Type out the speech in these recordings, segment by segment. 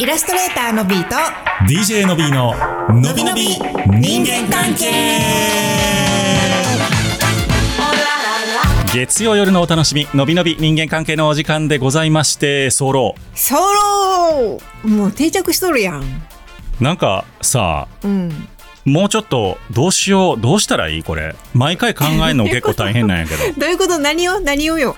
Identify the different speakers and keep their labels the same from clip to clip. Speaker 1: イラストレーターのビーと
Speaker 2: DJ の B ののびのび人間関係月曜夜のお楽しみのびのび人間関係のお時間でございまして早漏
Speaker 1: ソローもう定着しとるやん
Speaker 2: なんかさ
Speaker 1: うん
Speaker 2: もうちょっとどうしようどうしたらいいこれ毎回考えるの結構大変なんやけど
Speaker 1: どういうこと何を何をよ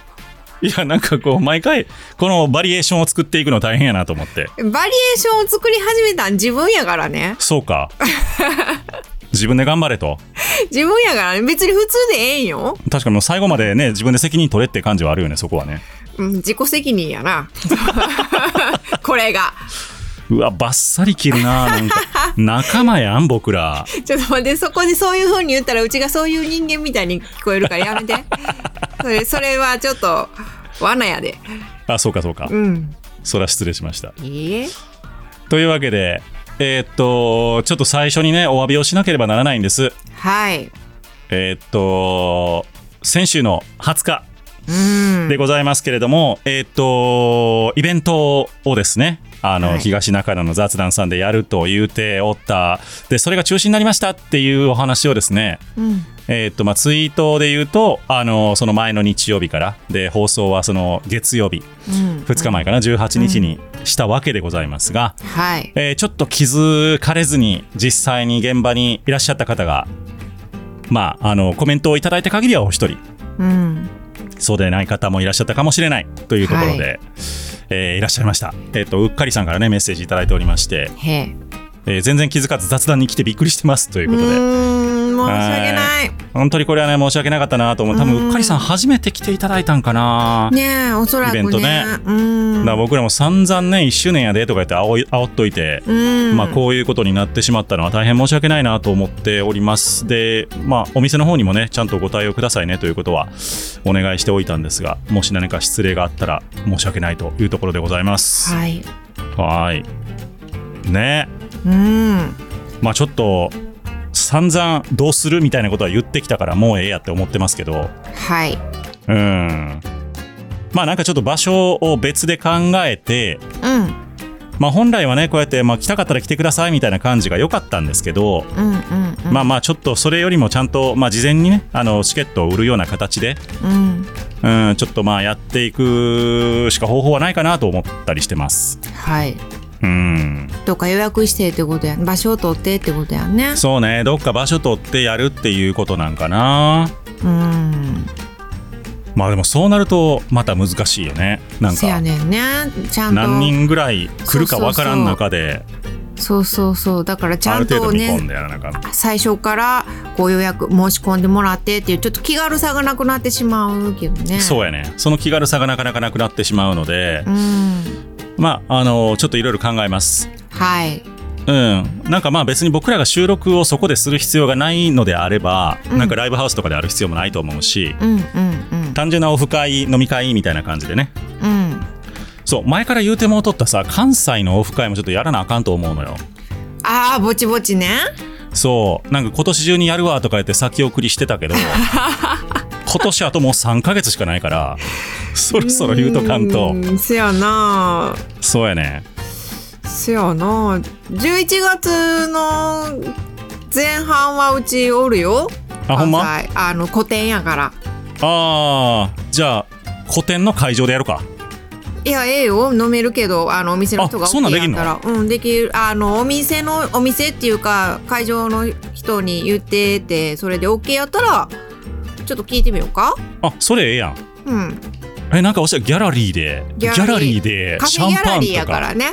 Speaker 2: いやなんかこう毎回このバリエーションを作っていくの大変やなと思って
Speaker 1: バリエーションを作り始めたん自分やからね
Speaker 2: そうか自分で頑張れと
Speaker 1: 自分やからね別に普通でええんよ、
Speaker 2: 確かにもう最後までね自分で責任取れって感じはあるよねそこはね
Speaker 1: うん、自己責任やな これが
Speaker 2: うわ、バッサリ切るな。なん か仲間やん、僕ら。
Speaker 1: ちょっと待ってそこでそういう風に言ったらうちがそういう人間みたいに聞こえるからやめてそれそれはちょっと罠やで
Speaker 2: あ、そうか、そうか
Speaker 1: う。ん
Speaker 2: そら失礼しました。
Speaker 1: いいえ
Speaker 2: というわけで、えーっと、ちょっと最初にね、お詫びをしなければならないんです。
Speaker 1: はい
Speaker 2: えーっと、先週の20日
Speaker 1: うん
Speaker 2: でございますけれども、えーっと、イベントをですね、あの、
Speaker 1: はい
Speaker 2: 東中野の雑談さんでやると言うておった。で、それが中止になりましたっていうお話をですね、
Speaker 1: うん
Speaker 2: えーっとまあ、ツイートで言うと、あのその前の日曜日からで放送はその月曜日
Speaker 1: うん
Speaker 2: 2日前かな18日にしたわけでございますが、
Speaker 1: はい
Speaker 2: えーちょっと気づかれずに実際に現場にいらっしゃった方が、まあ、あのコメントをいただいた限りはお一人
Speaker 1: うん
Speaker 2: そうでない方もいらっしゃったかもしれないというところで、
Speaker 1: はい
Speaker 2: えーいらっしゃいました、えーっとうっかりさんからねメッセージいただいておりまして、
Speaker 1: へえ
Speaker 2: えー全然気づかず雑談に来てびっくりしてますという
Speaker 1: う
Speaker 2: ことで。
Speaker 1: ーん申し訳ない
Speaker 2: 本当にこれはね申し訳なかったなと思う多
Speaker 1: う
Speaker 2: 分
Speaker 1: ん
Speaker 2: うっかりさん初めて来ていただいたんかな、
Speaker 1: ねえおそらくね
Speaker 2: イベントね
Speaker 1: う
Speaker 2: だ
Speaker 1: ん
Speaker 2: から僕らも散々ね1周年やでとか言ってあおい煽っといて、
Speaker 1: うん
Speaker 2: まあこういうことになってしまったのは大変申し訳ないなと思っておりますでまあお店の方にもねちゃんとご対応くださいねということはお願いしておいたんですがもし何か失礼があったら申し訳ないというところでございます
Speaker 1: はい
Speaker 2: はーいね
Speaker 1: うん
Speaker 2: まあちょっと散々どうするみたいなことは言ってきたからもうええやって思ってますけど
Speaker 1: はい
Speaker 2: うん。まあなんかちょっと場所を別で考えて、
Speaker 1: うん
Speaker 2: まあ本来はね、こうやって、まあ来たかったら来てくださいみたいな感じが良かったんですけど、
Speaker 1: うんうんうん
Speaker 2: まあまあちょっとそれよりもちゃんと、まあ事前にね、あの、チケットを売るような形で、
Speaker 1: うん
Speaker 2: うん、ちょっとまあやっていくしか方法はないかなと思ったりしてます。
Speaker 1: はい
Speaker 2: うん。
Speaker 1: とか予約してってことや場所を取ってってことやね
Speaker 2: そうね、どっか場所取ってやるっていうことなんかな。
Speaker 1: うん
Speaker 2: まあでもそうなるとまた難しいよね。なん
Speaker 1: せや
Speaker 2: か、
Speaker 1: ねんねちゃんと
Speaker 2: 何人ぐらい来るかわからん中で、
Speaker 1: そうそうそうだからち
Speaker 2: あ
Speaker 1: ゃ
Speaker 2: る
Speaker 1: ん
Speaker 2: 程
Speaker 1: と
Speaker 2: 度見込
Speaker 1: ね
Speaker 2: んでやらなあかん。
Speaker 1: 最初からご予約申し込んでもらってっていうちょっと気軽さがなくなってしまうけどね
Speaker 2: そう
Speaker 1: う
Speaker 2: やね。その気軽さがなかなかなくなってしまうので、
Speaker 1: うん
Speaker 2: まあ、あの、ちょっといろいろ考えます。
Speaker 1: はい
Speaker 2: うん。なんかまあ別に僕らが収録をそこでする必要がないのであれば、
Speaker 1: うん
Speaker 2: なんかライブハウスとかである必要もないと思うし、
Speaker 1: うんうん
Speaker 2: 単純なオフ会、飲み会みたいな感じでね。
Speaker 1: うんうん
Speaker 2: そう、前から言うてもとったさ、関西のオフ会もちょっとやらなあかんと思うのよ。
Speaker 1: ああぼちぼちね
Speaker 2: そう、なんか今年中にやるわとか言って先送りしてたけ ど、今年あともう3ヶ月しかないから、そろそろ言うとかんと
Speaker 1: う。んせやな
Speaker 2: そうやね。
Speaker 1: せやな11月の前半はうちおるよ
Speaker 2: あ、ほんま
Speaker 1: 関西あの古典やから
Speaker 2: ああじゃあ個展の会場でやるか
Speaker 1: いやええよ飲めるけどあのお店の人が
Speaker 2: あそんなんできんの
Speaker 1: からうんできるあのお店のお店っていうか会場の人に言っててそれで OK やったらちょっと聞いてみようか
Speaker 2: あそれええやん
Speaker 1: うん
Speaker 2: えなんかおしゃれギャラリーでギ
Speaker 1: ギ
Speaker 2: ャ
Speaker 1: ャ
Speaker 2: ラ
Speaker 1: ラ
Speaker 2: リ
Speaker 1: リ
Speaker 2: ー
Speaker 1: ー
Speaker 2: で
Speaker 1: カフ
Speaker 2: シャ
Speaker 1: ェ
Speaker 2: ン
Speaker 1: ギャ
Speaker 2: パ
Speaker 1: ラ
Speaker 2: ン
Speaker 1: リーや
Speaker 2: と
Speaker 1: か
Speaker 2: から
Speaker 1: ね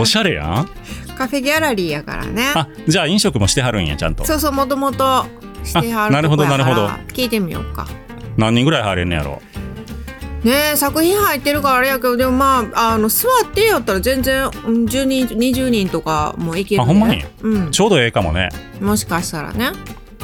Speaker 2: おしゃれやん
Speaker 1: カフェギャラリーやからね
Speaker 2: あじゃあ飲食もしてはるんやちゃんと
Speaker 1: そうそうもともとしては
Speaker 2: あ
Speaker 1: る
Speaker 2: なるほど
Speaker 1: とこやから
Speaker 2: なるほ
Speaker 1: 聞いてみようか
Speaker 2: 何人ぐらい入れんねやろ
Speaker 1: ねえ作品入ってるからあれやけどでもまああの座ってやったら全然うん10人20人とかもいける、ね、
Speaker 2: あほんまに
Speaker 1: うん
Speaker 2: ちょうどええかもね
Speaker 1: もしかしたらね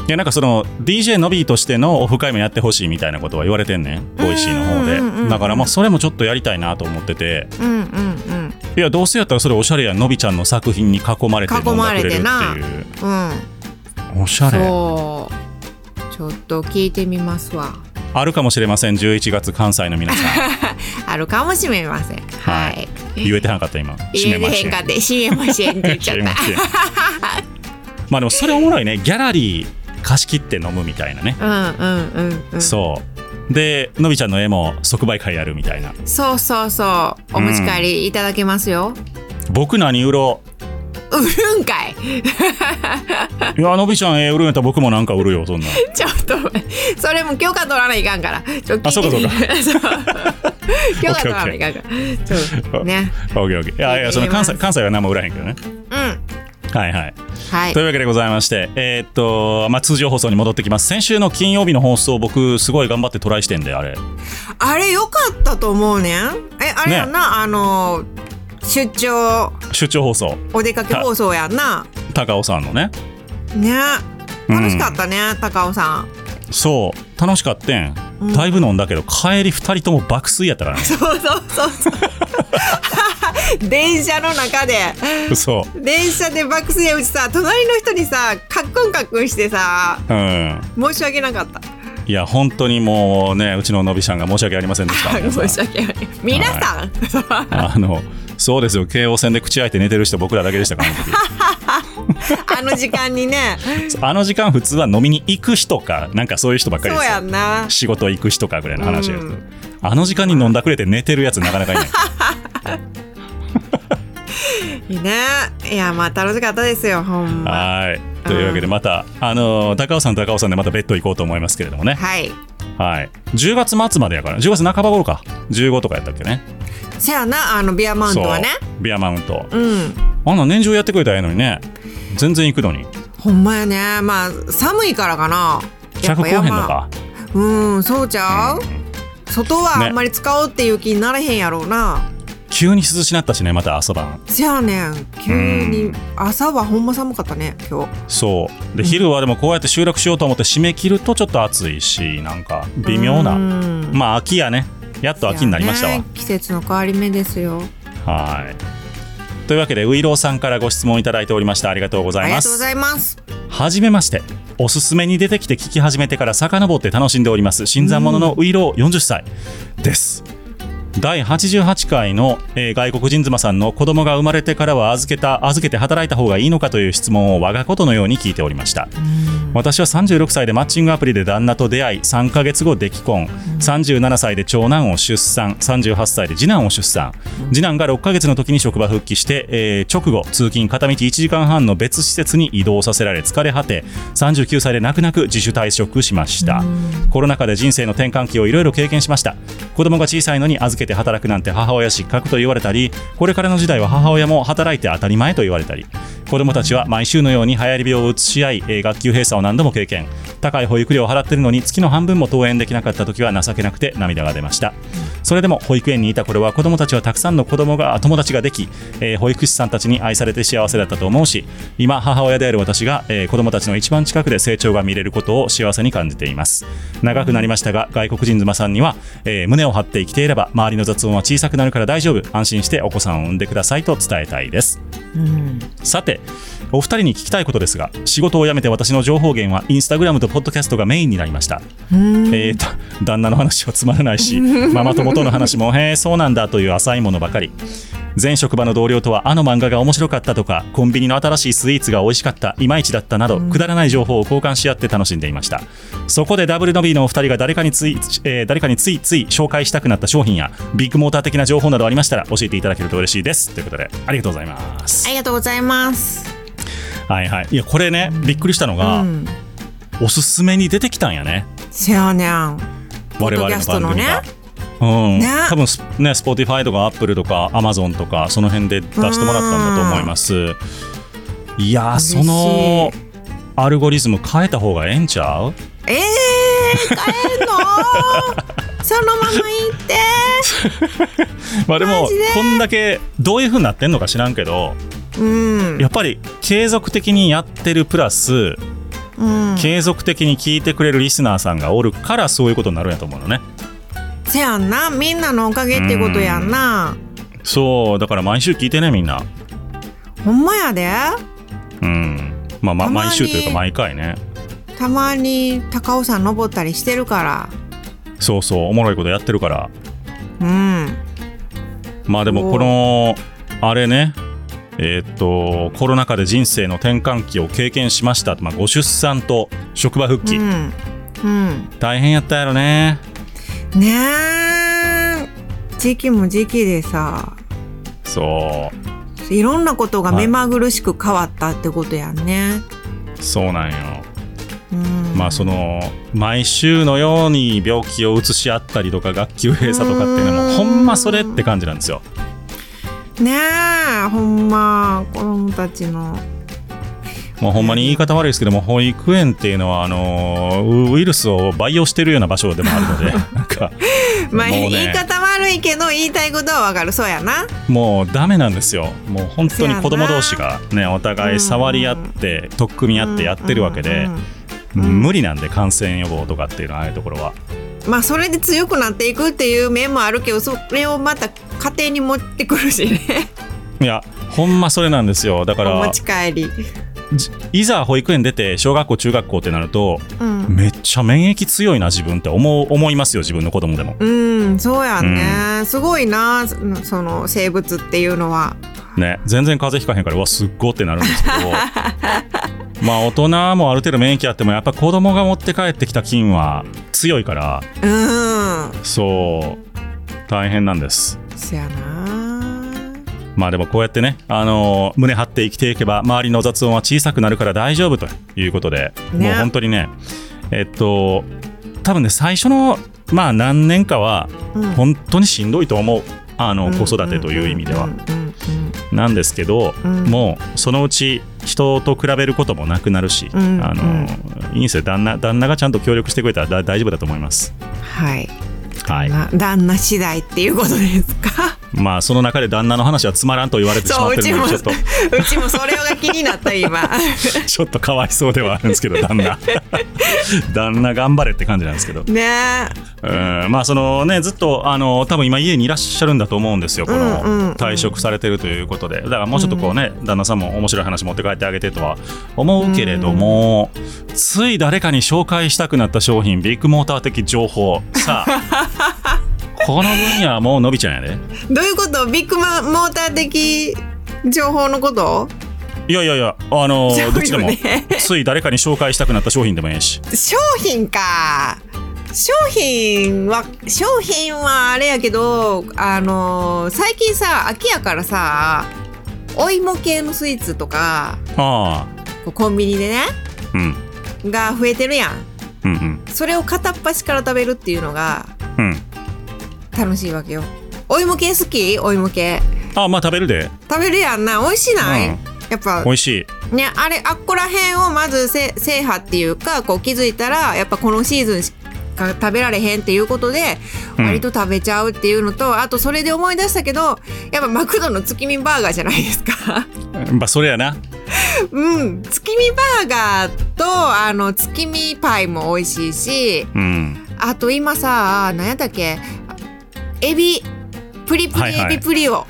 Speaker 2: いやなんかその DJ のびーとしてのオフ会もやってほしいみたいなことは言われてんねんボイシーの方
Speaker 1: うんうんうんう
Speaker 2: で
Speaker 1: ん
Speaker 2: だからまあそれもちょっとやりたいなと思ってて
Speaker 1: うんうんうん
Speaker 2: いやどうせやったらそれおしゃれやんのびちゃんの作品に囲まれて飲ん
Speaker 1: 囲ま
Speaker 2: で
Speaker 1: れ
Speaker 2: くれ
Speaker 1: て
Speaker 2: る
Speaker 1: な
Speaker 2: っていう
Speaker 1: うん
Speaker 2: おしゃれ
Speaker 1: そうちょっと聞いてみますわ
Speaker 2: あるかもしれません11月関西の皆さん
Speaker 1: あるかもしれません。
Speaker 2: は
Speaker 1: はいい。
Speaker 2: 言えてなかった今
Speaker 1: 入れてへんかって、閉めましぇんって言っちゃ
Speaker 2: 知り
Speaker 1: っ
Speaker 2: ま
Speaker 1: た。
Speaker 2: せん まあでもそれおもろいねギャラリー貸し切って飲むみたいなね、
Speaker 1: うんうんうんうん。
Speaker 2: そうでのびちゃんの絵も即売会やるみたいな
Speaker 1: そうそうそう。お持ち帰りいただけますよ。
Speaker 2: 僕何売ろ
Speaker 1: 売るんかい
Speaker 2: ういやのびちゃん絵売るんやったら僕もなんか売るよそ んなん
Speaker 1: ちょっと、それも許可取らないかんから。ちょっと
Speaker 2: あそうかそうか
Speaker 1: そうか。 許可取らないかんから。そう。ね。
Speaker 2: オッケーオッケーいやいやその関西関西は何も売らへんけどね
Speaker 1: うん。
Speaker 2: はいはい
Speaker 1: はい
Speaker 2: とい。うわけでございまして、えーっと、まあ、通常放送に戻ってきます。先週の金曜日の放送、僕、すごい頑張ってトライしてんで、あれ。
Speaker 1: あれ良かったと思うねん。え、あれやんな、あの、出張、
Speaker 2: 出張放送、
Speaker 1: お出かけ放送やんな。
Speaker 2: 高尾さんのね。
Speaker 1: ね。
Speaker 2: うん
Speaker 1: 楽しかったね、高尾さん。
Speaker 2: そう、楽しかってん
Speaker 1: う。ん
Speaker 2: だいぶ飲んだけど、帰り2人とも爆睡やったからね。
Speaker 1: そうそうそうそう。 電車の中で
Speaker 2: そ
Speaker 1: 電車で爆睡打ちさ隣の人にさカッコンカッコンしてさ
Speaker 2: う。うん。
Speaker 1: 申し訳なかった。
Speaker 2: いや、本当にもうね、うちののびちゃんが申し訳ありませんでした。皆さ ん
Speaker 1: 申し訳ない。皆さん、
Speaker 2: あの、そうですよ、京王線で口開いて寝てる人、僕らだけでしたから、あの時
Speaker 1: あの時間にね、
Speaker 2: あの時間、普通は飲みに行く人か、なんかそういう人ばっか
Speaker 1: そ
Speaker 2: りで
Speaker 1: う
Speaker 2: すよ
Speaker 1: やんな。
Speaker 2: 仕事行く人かぐらいの話です、
Speaker 1: うん
Speaker 2: あの時間に飲んだくれて寝てるやつなかなか いない
Speaker 1: いいね。いやまあ楽しかったですよ。ほんま。
Speaker 2: はいというわけでまた、あのー高尾さん高尾さんでまた別途行こうと思いますけれどもね
Speaker 1: はい。
Speaker 2: はい10月末までやから10月半ば頃か15とかやったっけね
Speaker 1: せやなあのビアマウントはね。
Speaker 2: そうビアマウント
Speaker 1: うん。
Speaker 2: あんなん年中やってくれたらええのにね全然行くのに
Speaker 1: ほんまやね。まあ寒いからかな。やっ
Speaker 2: 客
Speaker 1: ぱ
Speaker 2: 来へんの
Speaker 1: 山
Speaker 2: か
Speaker 1: うんそうちゃう、外は
Speaker 2: ね
Speaker 1: あんまり使おうっていう気になれへんやろうな、
Speaker 2: 急に涼しなったしねまた朝晩
Speaker 1: せやねん急
Speaker 2: う
Speaker 1: に
Speaker 2: ん
Speaker 1: 朝はほんま寒かったね今日
Speaker 2: そうで昼はでもこうやって収録しようと思って締め切るとちょっと暑いしなんか微妙な
Speaker 1: うん
Speaker 2: まあ秋やねやっと秋になりまし
Speaker 1: せ
Speaker 2: たわ
Speaker 1: やね季節の変わり目ですよ
Speaker 2: はい。というわけで、ウイローさんからご質問いただいておりました。ありがとうござ
Speaker 1: あ
Speaker 2: い
Speaker 1: り
Speaker 2: ま
Speaker 1: がとうご
Speaker 2: す。
Speaker 1: ざいます
Speaker 2: はじめまして。おすすめに出てきて聞き始めてから遡って楽しんでおります。新参者のウイロー40歳です。第88回の、えー外国人妻さんの子供が生まれてからは預けた預けて働いた方がいいのかという質問を我がことのように聞いておりました私は36歳でマッチングアプリで旦那と出会い3ヶ月後で既婚37歳で長男を出産38歳で次男を出産次男が6ヶ月の時に職場復帰して、えー直後通勤片道1時間半の別施設に移動させられ疲れ果て39歳で泣く泣く自主退職しましたコロナ禍で人生の転換期をいろいろ経験しました子供が小さいのに預けて働くなんて母親失格と言われたりこれからの時代は母親も働いて当たり前と言われたり子供たちは毎週のように流行り病を移し合いえー学級閉鎖を何度も経験高い保育料を払ってるのに月の半分も登園できなかった時は情けなくて涙が出ましたそれでも保育園にいた頃は子供たちはたくさんの子供が友達ができ、えー保育士さんたちに愛されて幸せだったと思うし今母親である私が、えー子供たちの一番近くで成長が見れることを幸せに感じています長くなりましたが外国人妻さんには、えー胸を張って生きていれば周りの雑音は小さくなるから大丈夫安心してお子さんを産んでくださいと伝えたいですさてお二人に聞きたいことですが仕事を辞めて私の情報源はインスタグラムとポッドキャストがメインになりました、えーと旦那の話はつまらないしママ友との話もへえそうなんだという浅いものばかり前職場の同僚とはあの漫画が面白かったとかコンビニの新しいスイーツが美味しかったいまいちだったなどくだらない情報を交換し合って楽しんでいましたそこでダブルノビーのお二人が誰かについ、えー誰かについつい紹介したくなった商品やビッグモーター的な情報などありましたら教えていただけると嬉しいですということでありがとうございます
Speaker 1: ありがとうございます
Speaker 2: はいはい、いやこれねびっくりしたのが、
Speaker 1: うん
Speaker 2: おすすめに出てきたんやね
Speaker 1: せやねん
Speaker 2: 我々の番組が。うん、
Speaker 1: ね
Speaker 2: 多分スね Spotify とか Apple とか Amazon とかその辺で出してもらったんだと思いますいやー
Speaker 1: 嬉しい
Speaker 2: そのアルゴリズム変えた方がええんちゃう
Speaker 1: ええー、帰んのそのまま行って
Speaker 2: まあでも
Speaker 1: マジで
Speaker 2: こんだけどういう風になってんのか知らんけど
Speaker 1: うん
Speaker 2: やっぱり継続的にやってるプラス
Speaker 1: うん
Speaker 2: 継続的に聞いてくれるリスナーさんがおるからそういうことになるんやと思うのね
Speaker 1: せやんなみんなのおかげってことやんな
Speaker 2: そうだから毎週聞いてねみんな
Speaker 1: ほんまやで
Speaker 2: うん。まあ、ま
Speaker 1: たまに
Speaker 2: 毎週というか毎回ね。
Speaker 1: たまに高尾山登ったりしてるから
Speaker 2: そうそうおもろいことやってるから
Speaker 1: うん
Speaker 2: まあでもこのあれねえーっとコロナ禍で人生の転換期を経験しました、まあ、ご出産と職場復帰、
Speaker 1: うん、うん、
Speaker 2: 大変やったやろね
Speaker 1: ねえ時期も時期でさ
Speaker 2: そ
Speaker 1: いろんなことが目まぐるしく変わったってことやんね、
Speaker 2: うそうなんよ
Speaker 1: うん、
Speaker 2: まあその毎週のように病気を移し合ったりとか学級閉鎖とかっていうの
Speaker 1: う
Speaker 2: も
Speaker 1: ん
Speaker 2: ほんまそれって感じなんですよ
Speaker 1: ねえほんま子供たちの
Speaker 2: もうほんまに言い方悪いですけども保育園っていうのはあのウイルスを培養してるような場所でもある のでなんか
Speaker 1: まあ、
Speaker 2: もうね
Speaker 1: 言い方悪いけど言いたいことはわかるそうやな
Speaker 2: もうダメなんですよもう本当に子供同士がねお互い触り合って取っ組み合ってやってるわけで
Speaker 1: うんうんうん
Speaker 2: 無理なんで感染予防とかっていうのはああいうところは
Speaker 1: まあそれで強くなっていくっていう面もあるけどそれをまた家庭に持ってくるしね
Speaker 2: いやほんまそれなんですよだか
Speaker 1: お持
Speaker 2: ら
Speaker 1: ち帰り、
Speaker 2: じいざ保育園出て小学校中学校ってなると
Speaker 1: うん、
Speaker 2: めっちゃ免疫強いな自分って思う思いますよ自分の子供でも
Speaker 1: うん、そうやね、すごいなそのその生物っていうのは
Speaker 2: ね全然風邪ひかへんからうわすっごってなるんですけど まあ大人もある程度免疫あってもやっぱ子供が持って帰ってきた菌は強いから
Speaker 1: うん
Speaker 2: そう大変なんです
Speaker 1: そうやな
Speaker 2: まあでもこうやってね、あのー胸張って生きていけば周りの雑音は小さくなるから大丈夫ということで、
Speaker 1: ね
Speaker 2: もう本当にねえっと多分ね最初のまあ何年かは
Speaker 1: うん
Speaker 2: 本当にしんどいと思うあの子育てという意味では、
Speaker 1: うんうん
Speaker 2: なんですけど、
Speaker 1: うん
Speaker 2: もうそのうち人と比べることもなくなるし、
Speaker 1: うん
Speaker 2: あのーいいんですよ旦那旦那がちゃんと協力してくれたらだ大丈夫だと思います。
Speaker 1: はい、
Speaker 2: はい、
Speaker 1: な旦那次第っていうことですか
Speaker 2: まあその中で旦那の話はつまらんと言われてしま
Speaker 1: そう
Speaker 2: って
Speaker 1: うち
Speaker 2: るの
Speaker 1: も
Speaker 2: でちょっと
Speaker 1: うちもそれが気になった 今
Speaker 2: ちょっとかわいそうではあるんですけど、旦 那。旦那頑張れって感じなんですけど。う
Speaker 1: ね
Speaker 2: ん、まあ、そのね、ずっと、あの、多分今家にいらっしゃるんだと思うんですよ。こ
Speaker 1: うんうんうん
Speaker 2: の退職されてるということで、だからもうちょっとこうね、旦那さんも面白い話持って帰ってあげてとは思うけれども。つい誰かに紹介したくなった商品、ビッグモーター的情報、さあ。 この分野はもうのびちゃんやで、
Speaker 1: どういうことビッグマモーター的情報のこと
Speaker 2: いやいやいや、あの、
Speaker 1: そうよね
Speaker 2: どっちでも、つい誰かに紹介したくなった商品でもいいし。
Speaker 1: 商品か商品は商品はあれやけどあの最近さ秋やからさお芋系のスイーツとか
Speaker 2: あ
Speaker 1: こうコンビニでね
Speaker 2: あ、うん、
Speaker 1: が増えてるやん
Speaker 2: うん、うん、
Speaker 1: それを片っ端から食べるっていうのが
Speaker 2: うん。
Speaker 1: 楽しいわけよお芋系好きお芋系
Speaker 2: あまあ食べるで、
Speaker 1: 食べるやんな美味しない、
Speaker 2: うん
Speaker 1: やっぱ
Speaker 2: 美味しい
Speaker 1: ねあれあっこら辺をまずせ制覇っていうかこう気づいたらやっぱこのシーズンしか食べられへんっていうことで
Speaker 2: うん
Speaker 1: 割と食べちゃうっていうのと、あとそれで思い出したけどやっぱマクドの月見バーガーじゃないですか
Speaker 2: まあそれやな
Speaker 1: うん月見バーガーとあの月見パイも美味しいし
Speaker 2: うん
Speaker 1: あと今さ何やったっけエビプリプ
Speaker 2: はい
Speaker 1: リ
Speaker 2: は
Speaker 1: エ
Speaker 2: い
Speaker 1: ビプリオ、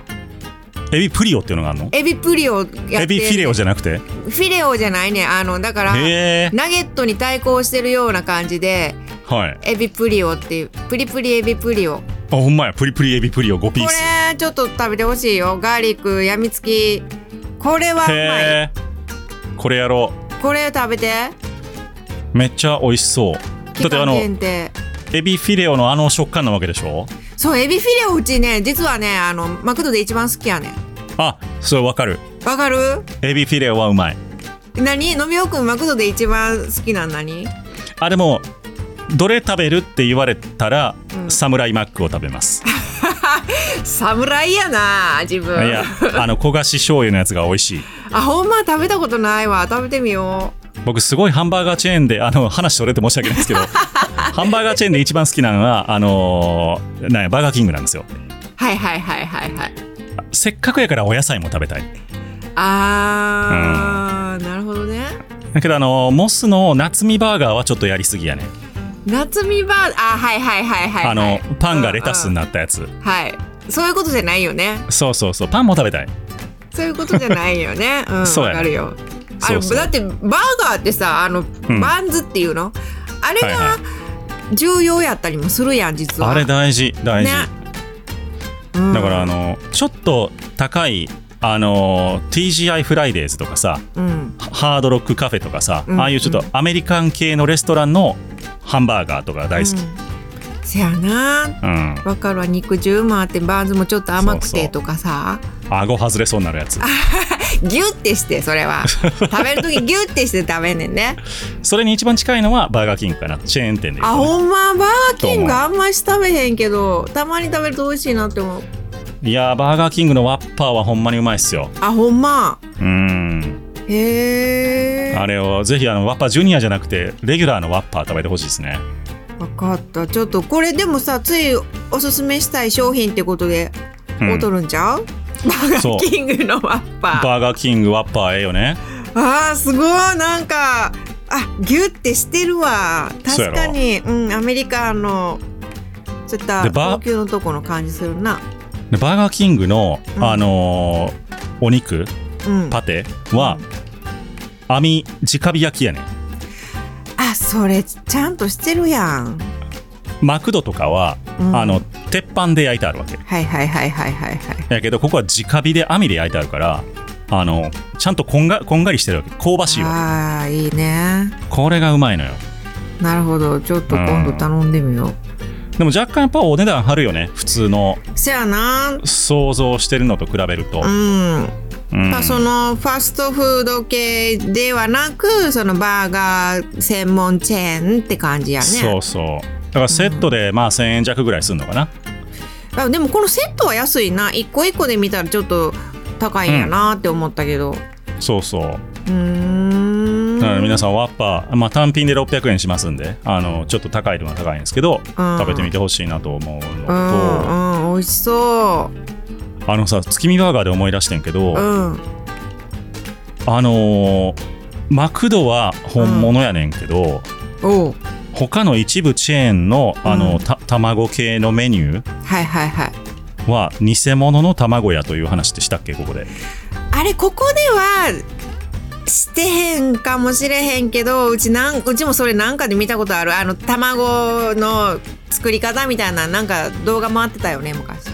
Speaker 2: エビプリオっていうのがあるの
Speaker 1: エビプリオやってんねん
Speaker 2: エビフィレオじゃなくて
Speaker 1: フィレオじゃないねあのだから
Speaker 2: へえ
Speaker 1: ナゲットに対抗してるような感じで
Speaker 2: はい
Speaker 1: エビプリオっていうプリプリエビプリオこ
Speaker 2: あほんまやプリプリエビプリオ5ピース
Speaker 1: れちょっと食べてほしいよガーリックやみつきこれはうまい
Speaker 2: へえこれやろ
Speaker 1: これ食べて
Speaker 2: うめっちゃ美味しそうだ
Speaker 1: 期
Speaker 2: ってあ
Speaker 1: 間
Speaker 2: の
Speaker 1: 限定
Speaker 2: エビフィレオのあの食感なわけでしょ
Speaker 1: そうエビフィレオうちね実はねあのマクドで一番好きやねん
Speaker 2: あそれわかる
Speaker 1: わかる
Speaker 2: エビフィレオはうまい
Speaker 1: 何飲みおくんマクドで一番好きなん何
Speaker 2: あでもどれ食べるって言われたら、
Speaker 1: うん
Speaker 2: サムライマックを食べます
Speaker 1: 侍やな自
Speaker 2: い
Speaker 1: 分
Speaker 2: やあの焦がし醤油のやつが美味しい
Speaker 1: あほんま食べたことないわ食べてみよう
Speaker 2: 僕すごいハンバーガーチェーンであの話それて申し訳な いですけどハンバーガーチェーンで一番好きなのはあのーなんやバーガーキングなんですよ
Speaker 1: はいはいはいはいはい
Speaker 2: せっかくやからお野菜も食べたい
Speaker 1: あー、なるほどね
Speaker 2: だけどあのーモスの夏見バーガーはちょっとやりすぎやね、
Speaker 1: 夏見バーあはいはいはいはい、はい、
Speaker 2: あのパンがレタスに
Speaker 1: な、
Speaker 2: なったやつ、
Speaker 1: うんはいそういうことじゃないよね
Speaker 2: そうそうそうパンも食べたい
Speaker 1: そういうことじゃないよ ねうん
Speaker 2: そうや
Speaker 1: わ
Speaker 2: ね
Speaker 1: かるよあ
Speaker 2: そ
Speaker 1: の
Speaker 2: うそう
Speaker 1: だってバーガーってさあの
Speaker 2: ん
Speaker 1: バンズっていうの、あれが、
Speaker 2: はいはい
Speaker 1: 重要やったりもするやん実は
Speaker 2: あれ大事大事、
Speaker 1: ねうん
Speaker 2: だからあのちょっと高いあの TGI フライデーズとかさ
Speaker 1: うん
Speaker 2: ハードロックカフェとかさ、
Speaker 1: うん
Speaker 2: ああいうちょっとアメリカン系のレストランのハンバーガーとか大好
Speaker 1: う
Speaker 2: き、
Speaker 1: んせやな
Speaker 2: うん、
Speaker 1: わかるわ肉汁もあってバンズもちょっと甘くてとかさ
Speaker 2: 顎外れそうになるやつ
Speaker 1: ギュッてしてそれ は食べる時ギュッてして食べんねんね
Speaker 2: それに一番近いのはバーガーキングかなチェーン店で言う
Speaker 1: あ
Speaker 2: とね
Speaker 1: ほんまバーキングあんまし食べへんけどたまに食べると美味しいなって思う
Speaker 2: いやーバーガーキングのワッパーはほんまにうまいっすよ
Speaker 1: あほんま
Speaker 2: うん
Speaker 1: へえ
Speaker 2: あれをぜひあのワッパージュニアじゃなくてレギュラーのワッパー食べてほしいですね
Speaker 1: 分かったちょっとこれでもさついおすすめしたい商品ってことで
Speaker 2: うん
Speaker 1: 劣るんちゃう、バーガ
Speaker 2: そう
Speaker 1: ーキングのワッパ
Speaker 2: バーガーキングワッパーええよね
Speaker 1: ーあーすごいなんかあギュッてしてるわ
Speaker 2: そうや
Speaker 1: 確
Speaker 2: ろ
Speaker 1: かにうんアメリカのちょっと
Speaker 2: でバー
Speaker 1: 高級のとこの感じするな
Speaker 2: でバーガーキングの、
Speaker 1: うん
Speaker 2: あのーお肉
Speaker 1: うん
Speaker 2: パテは、網直火焼きやねん
Speaker 1: あそれちゃんとしてるやん、
Speaker 2: マクドとかは、
Speaker 1: うん
Speaker 2: あの鉄板で焼いてあるわけ
Speaker 1: はいはいはいはいはいはい
Speaker 2: やけどここは直火で網で焼いてあるからあのちゃんとこんがこんがりしてるわけ香ばしいわ
Speaker 1: ああいいね
Speaker 2: けこれがうまいのよ
Speaker 1: なるほどちょっと
Speaker 2: うん
Speaker 1: 今度頼んでみよう、
Speaker 2: でも若干やっぱお値段張るよね普通の
Speaker 1: せやな
Speaker 2: 想像してるのと比べると
Speaker 1: う、ん、
Speaker 2: うん
Speaker 1: まあそのファストフード系ではなくそのバーガー専門チェーンって感じやね
Speaker 2: そうそうだからセットでまあ1000円弱ぐらいするのかな、
Speaker 1: あでもこのセットは安いな一個一個で見たらちょっと高いんやなって思ったけど
Speaker 2: そうそう
Speaker 1: うーん
Speaker 2: だから皆さんワッパー、まあ、単品で600円しますんであのちょっと高いのは高いんですけ
Speaker 1: う
Speaker 2: ど
Speaker 1: ん
Speaker 2: 食べてみてほしいなと思うのと
Speaker 1: う
Speaker 2: あ
Speaker 1: んうん美味しそう
Speaker 2: のさ月見バーガーで思い出してんけど、
Speaker 1: うん
Speaker 2: あのーマクドは本物やねんけど、
Speaker 1: おう
Speaker 2: 他の一部チェーンのあの、
Speaker 1: うん
Speaker 2: た卵系のメニュー
Speaker 1: はいはいはい
Speaker 2: は偽物の卵やという話ってしたっけここで
Speaker 1: あれここではしてへんかもしれへんけどうちなんうちもそれなんかで見たことあるあの卵の作り方みたいななんか動画回ってたよね昔、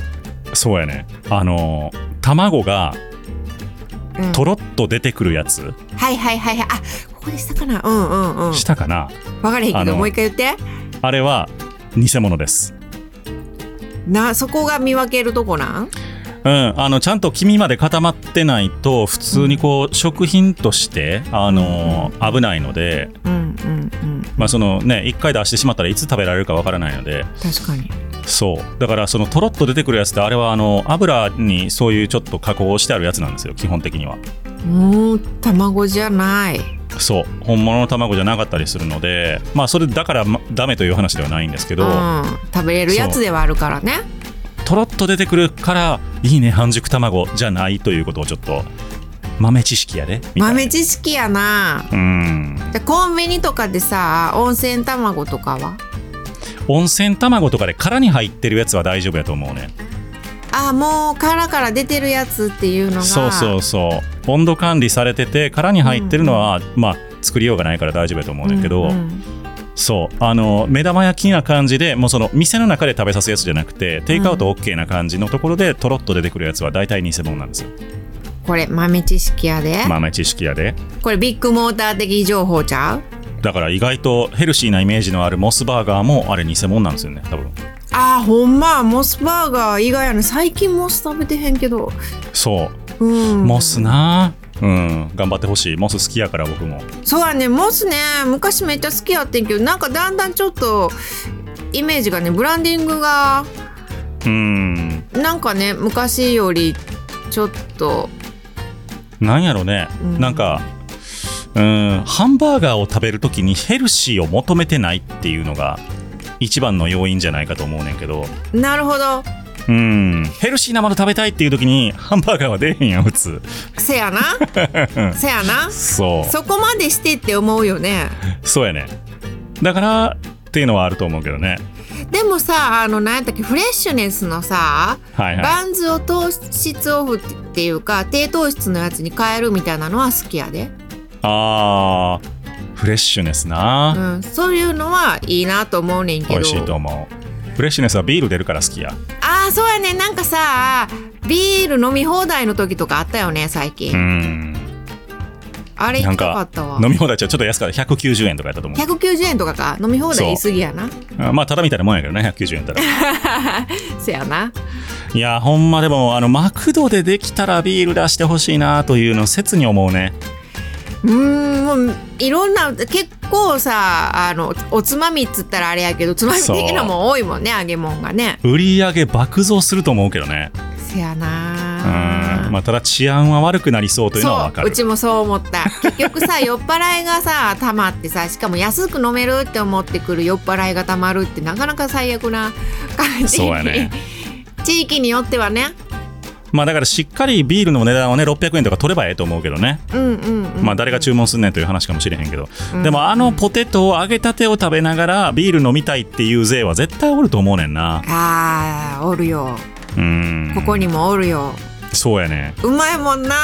Speaker 2: そうやねあのー卵が
Speaker 1: うん
Speaker 2: とろっと出てくるやつ、
Speaker 1: はいはいはいはいあここでしたかなうんうんうん
Speaker 2: したかな
Speaker 1: 分かれへん
Speaker 2: あ
Speaker 1: け
Speaker 2: の
Speaker 1: どもう一回言って
Speaker 2: あれは偽物です
Speaker 1: なそこが見分けるとこなん
Speaker 2: うん、あのちゃんと黄身まで固まってないと普通にこう食品として、あのー危ないので、
Speaker 1: うんうんうん
Speaker 2: まあそのね、1回出してしまったらいつ食べられるかわからないので
Speaker 1: 確かに
Speaker 2: そうだからそのとろっと出てくるやつってあれはあの油にそういうちょっと加工してあるやつなんですよ基本的には
Speaker 1: もう卵じゃない
Speaker 2: そう本物の卵じゃなかったりするのでまあそれだからまダメという話ではないんですけど、
Speaker 1: ん、食べれるやつではあるからね
Speaker 2: とろっと出てくるからいいね半熟卵じゃないということをちょっと豆知識やでみたいな
Speaker 1: 豆知識やな
Speaker 2: うん
Speaker 1: じゃあコンビニとかでさ温泉卵とかは
Speaker 2: 温泉卵とかで殻に入ってるやつは大丈夫やと思うね
Speaker 1: あもう殻から出てるやつっていうのが
Speaker 2: そうそうそう温度管理されてて殻に入ってるのは、まあ作りようがないから大丈夫やと思うねんだけど、
Speaker 1: うんうん
Speaker 2: そうあの目玉焼きな感じでもうその店の中で食べさすやつじゃなくてテイクアウト OK な感じのところでとろっと出てくるやつは大体偽物なんですよ
Speaker 1: これ豆知識やで、
Speaker 2: 豆知識やで
Speaker 1: これビッグモーター的情報ちゃう
Speaker 2: だから意外とヘルシーなイメージのあるモスバーガーもあれ偽物なんですよね多分
Speaker 1: あーほんまモスバーガー以外やね最近モス食べてへんけど
Speaker 2: そう
Speaker 1: うん
Speaker 2: モスなうん頑張ってほしいモス好きやから僕も
Speaker 1: そうやねモスね昔めっちゃ好きやってんけどなんかだんだんちょっとイメージがねブランディングが
Speaker 2: うん
Speaker 1: なんかね昔よりちょっと
Speaker 2: なんやろね、
Speaker 1: うん
Speaker 2: なんかうんハンバーガーを食べるときにヘルシーを求めてないっていうのが一番の要因じゃないかと思うねんけど
Speaker 1: なるほど
Speaker 2: うんヘルシーなもの食べたいっていうときにハンバーガーは出えへんやん普通
Speaker 1: せや なせやな
Speaker 2: そう
Speaker 1: そこまでしてって思うよね
Speaker 2: そうやねだからっていうのはあると思うけどね
Speaker 1: でもさあの何やったっけフレッシュネスのさ
Speaker 2: はいは
Speaker 1: バンズを糖質オフっていうか低糖質のやつに変えるみたいなのは好きやで
Speaker 2: いあーフレッシュネスな、
Speaker 1: うん、そういうのはいいなと思うねんけ
Speaker 2: 美
Speaker 1: ど
Speaker 2: 味しいと思うフレッシュネスはビール出るから好きや
Speaker 1: ああそうやねなんかさビール飲み放題の時とかあったよね最近、
Speaker 2: うん
Speaker 1: あれ行
Speaker 2: なん
Speaker 1: きたか
Speaker 2: か
Speaker 1: ったわ
Speaker 2: 飲み放題ちょっと安かった190円とかやったと思う
Speaker 1: 190円とかか飲み放題言い過ぎやな
Speaker 2: あまあただみたいなもんやけどね190円やったら
Speaker 1: せやない
Speaker 2: やほんまでもあのマクドでできたらビール出してほしいなというのを切に思うね
Speaker 1: うーんもういろんな結構さあのおつまみっつったらあれやけどつまみ的なもん多いもんね揚げもんがね
Speaker 2: 売り上げ爆増すると思うけどね
Speaker 1: せや
Speaker 2: う
Speaker 1: な
Speaker 2: ーんまあただ治安は悪くなりそうというのはわか
Speaker 1: そうう
Speaker 2: る
Speaker 1: ちもそう思った結局さ酔っ払いがさ溜まってさしかも安く飲めるって思ってくる酔っ払いが溜まるってなかなか最悪な感じ
Speaker 2: そうやね
Speaker 1: 地域によってはね
Speaker 2: まあだからしっかりビールの値段をね600円とか取ればええと思うけどね
Speaker 1: うんうん、うん、
Speaker 2: まあ誰が注文すんねんという話かもしれへんけど
Speaker 1: うん
Speaker 2: でもあのポテトを揚げたてを食べながらビール飲みたいっていう税は絶対おると思うねんな
Speaker 1: あーおるよ
Speaker 2: うん
Speaker 1: ここにもおるよ
Speaker 2: そうやね
Speaker 1: うまいもんな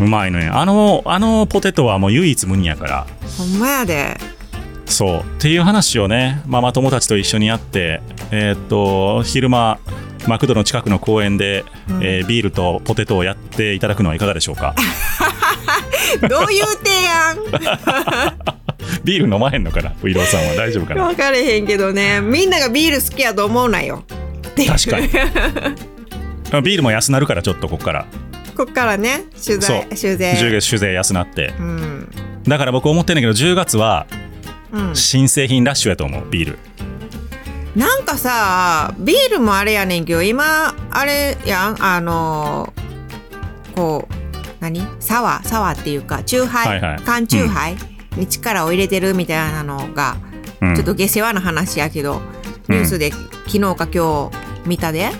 Speaker 2: うまいのよあのあのポテトはもう唯一無二やから
Speaker 1: ほんまやで
Speaker 2: そうっていう話をねママ友達と一緒にやってえーっと昼間マクドの近くの公園で、
Speaker 1: うん
Speaker 2: えービールとポテトをやっていただくのはいかがでし ょうか
Speaker 1: どういう提 案
Speaker 2: ビール飲まへんのかなウイローさんは大丈夫かな
Speaker 1: 分かれへんけどねみんながビール好きやと思うなよ
Speaker 2: 確かにビールも安なるからちょっとここから
Speaker 1: こっからね取材
Speaker 2: そう
Speaker 1: 取材
Speaker 2: 10月酒税安なって
Speaker 1: うん
Speaker 2: だから僕思ってんだけど10月は
Speaker 1: うん
Speaker 2: 新製品ラッシュやと思うビール
Speaker 1: なんかさビールもあれやねんけど今あれやんあのーこう何サワーサワーっていうかチューハイ、
Speaker 2: はいはい
Speaker 1: 缶チューハイに力を入れてるみたいなのが、
Speaker 2: うん
Speaker 1: ちょっと下世話な話やけどニュースで昨日か今日見たで、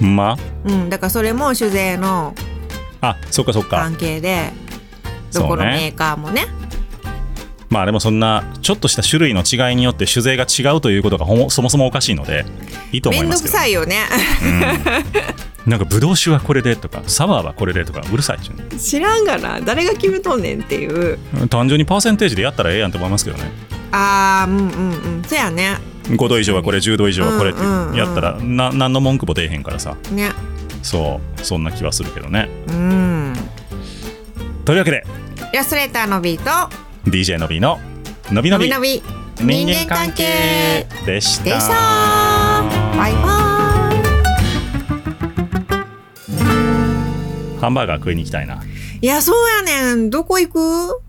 Speaker 2: ほんま
Speaker 1: うん、だからそれも酒税の
Speaker 2: あそっかそっか
Speaker 1: 関係で
Speaker 2: そ
Speaker 1: どこ
Speaker 2: うね
Speaker 1: のメーカーもね
Speaker 2: まあでもそんなちょっとした種類の違いによって酒税が違うということがほもそもそもおかしいのでいいと思
Speaker 1: め
Speaker 2: い
Speaker 1: ん
Speaker 2: ま
Speaker 1: ど
Speaker 2: す
Speaker 1: く
Speaker 2: けど
Speaker 1: さいよね
Speaker 2: うんなんかブドウ酒はこれでとかサワーはこれでとかうるさいっちゅうね
Speaker 1: 知らんがな誰が決めとんねんっていう
Speaker 2: 単純にパーセンテージでやったらええやんと思いますけどね
Speaker 1: あーうんうんうんそやね
Speaker 2: 5度以上はこれ10度以上はこれって
Speaker 1: うんうんうん
Speaker 2: やったらな何の文句も出えへんからさ
Speaker 1: ね
Speaker 2: そうそんな気はするけどね
Speaker 1: うん
Speaker 2: というわけで
Speaker 1: ラスレーターのビーと
Speaker 2: DJ のびののびの
Speaker 1: のび
Speaker 2: び
Speaker 1: のび
Speaker 2: 人間関係でした
Speaker 1: でしたバイバ
Speaker 2: ハンバーガー食いに行きたいな
Speaker 1: イいやそうやねんどこ行く